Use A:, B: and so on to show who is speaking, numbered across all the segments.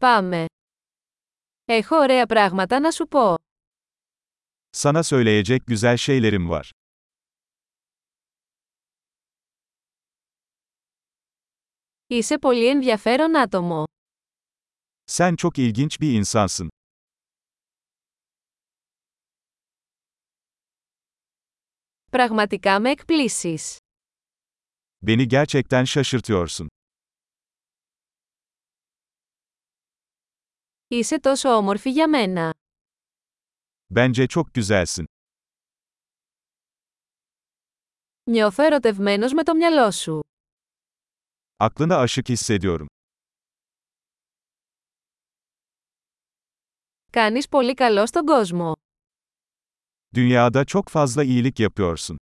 A: Πάμε. Έχω ωραία πράγματα να σου πω.
B: Sana söyleyecek güzel şeylerim var.
A: Είσαι πολύ ενδιαφέρον άτομο.
B: Sen çok ilginç bir insansın.
A: Πραγματικά με εκπλήσεις.
B: Beni gerçekten şaşırtıyorsun.
A: Είσαι τόσο όμορφη για μένα.
B: Bence çok güzelsin.
A: Νιώθω ερωτευμένος με το μυαλό σου.
B: Aklına aşık hissediyorum.
A: Κάνεις πολύ καλό στον κόσμο.
B: Dünyada çok fazla iyilik yapıyorsun.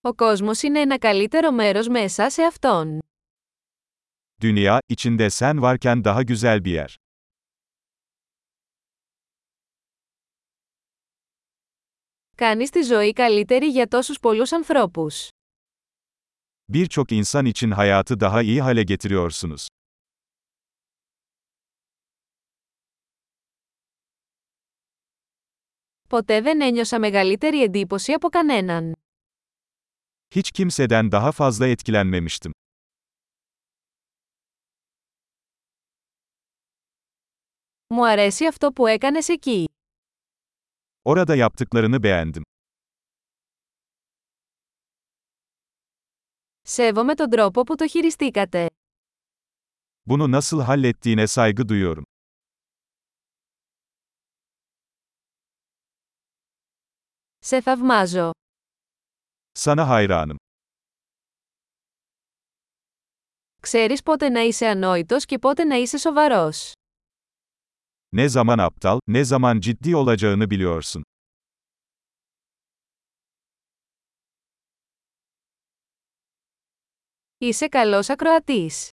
A: Ο κόσμος είναι ένα καλύτερο μέρος με εσά σε αυτόν.
B: Dünya, içinde sen varken daha güzel bir yer.
A: Κάνεις τη ζωή καλύτερη για τόσους πολλούς ανθρώπους.
B: Birçok insan için hayatı daha iyi hale getiriyorsunuz.
A: Ποτέ δεν ένιωσα μεγαλύτερη εντύπωση από κανέναν.
B: Hiç kimseden daha fazla etkilenmemiştim.
A: Μου αρέσει αυτό που έκανες εκεί.
B: Orada yaptıklarını beğendim.
A: Σέβομαι τον τρόπο που το χειριστήκατε.
B: Bunu nasıl hallettiğine saygı duyuyorum.
A: Σε θαυμάζω.
B: Sana hayranım.
A: Ξέρεις πότε να είσαι ανόητος και πότε να είσαι σοβαρός.
B: Ne zaman aptal, ne zaman ciddi olacağını biliyorsun.
A: Είσαι καλός ακροατής.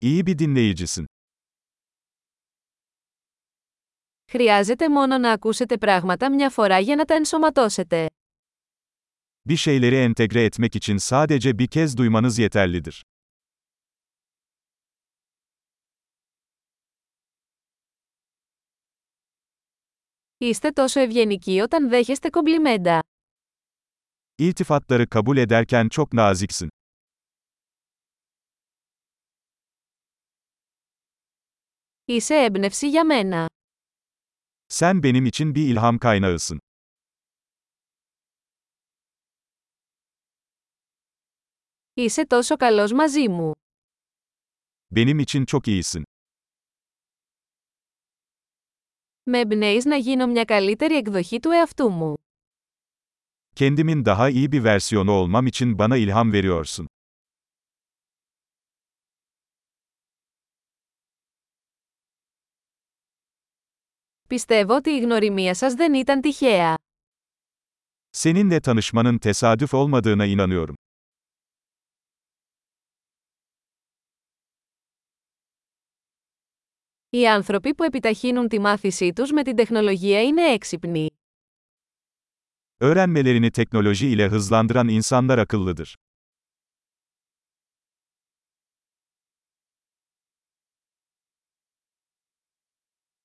B: İyi bir dinleyicisin.
A: Χρειάζεται μόνο να ακούσετε πράγματα μια φορά για να τα ενσωματώσετε.
B: Bir şeyleri entegre etmek için sadece bir kez duymanız yeterlidir.
A: Είστε τόσο ευγενικοί όταν δέχεστε κομπλιμέντα.
B: İltifatları kabul ederken çok naziksin.
A: Είσαι έμπνευση για μένα.
B: Sen benim için bir ilham kaynağısın.
A: Είσαι τόσο καλός μαζί μου.
B: Benim için çok iyisin.
A: Με εμπνέεις να γίνω μια καλύτερη εκδοχή του εαυτού μου.
B: Kendimin daha iyi bir versiyonu olmam için bana ilham veriyorsun.
A: Πιστεύω ότι η γνωριμία σας δεν ήταν τυχαία.
B: Seninle tanışmanın tesadüf olmadığına inanıyorum.
A: Οι άνθρωποι που επιταχύνουν τη μάθησή τους με την τεχνολογία είναι έξυπνοι.
B: Öğrenmelerini teknoloji ile hızlandıran insanlar akıllıdır.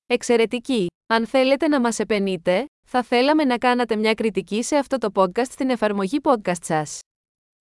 A: Εξαιρετική! Αν θέλετε να μας επενείτε, θα θέλαμε να κάνατε μια κριτική σε αυτό το podcast στην εφαρμογή podcast σας.